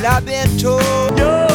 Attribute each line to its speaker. Speaker 1: I've been told.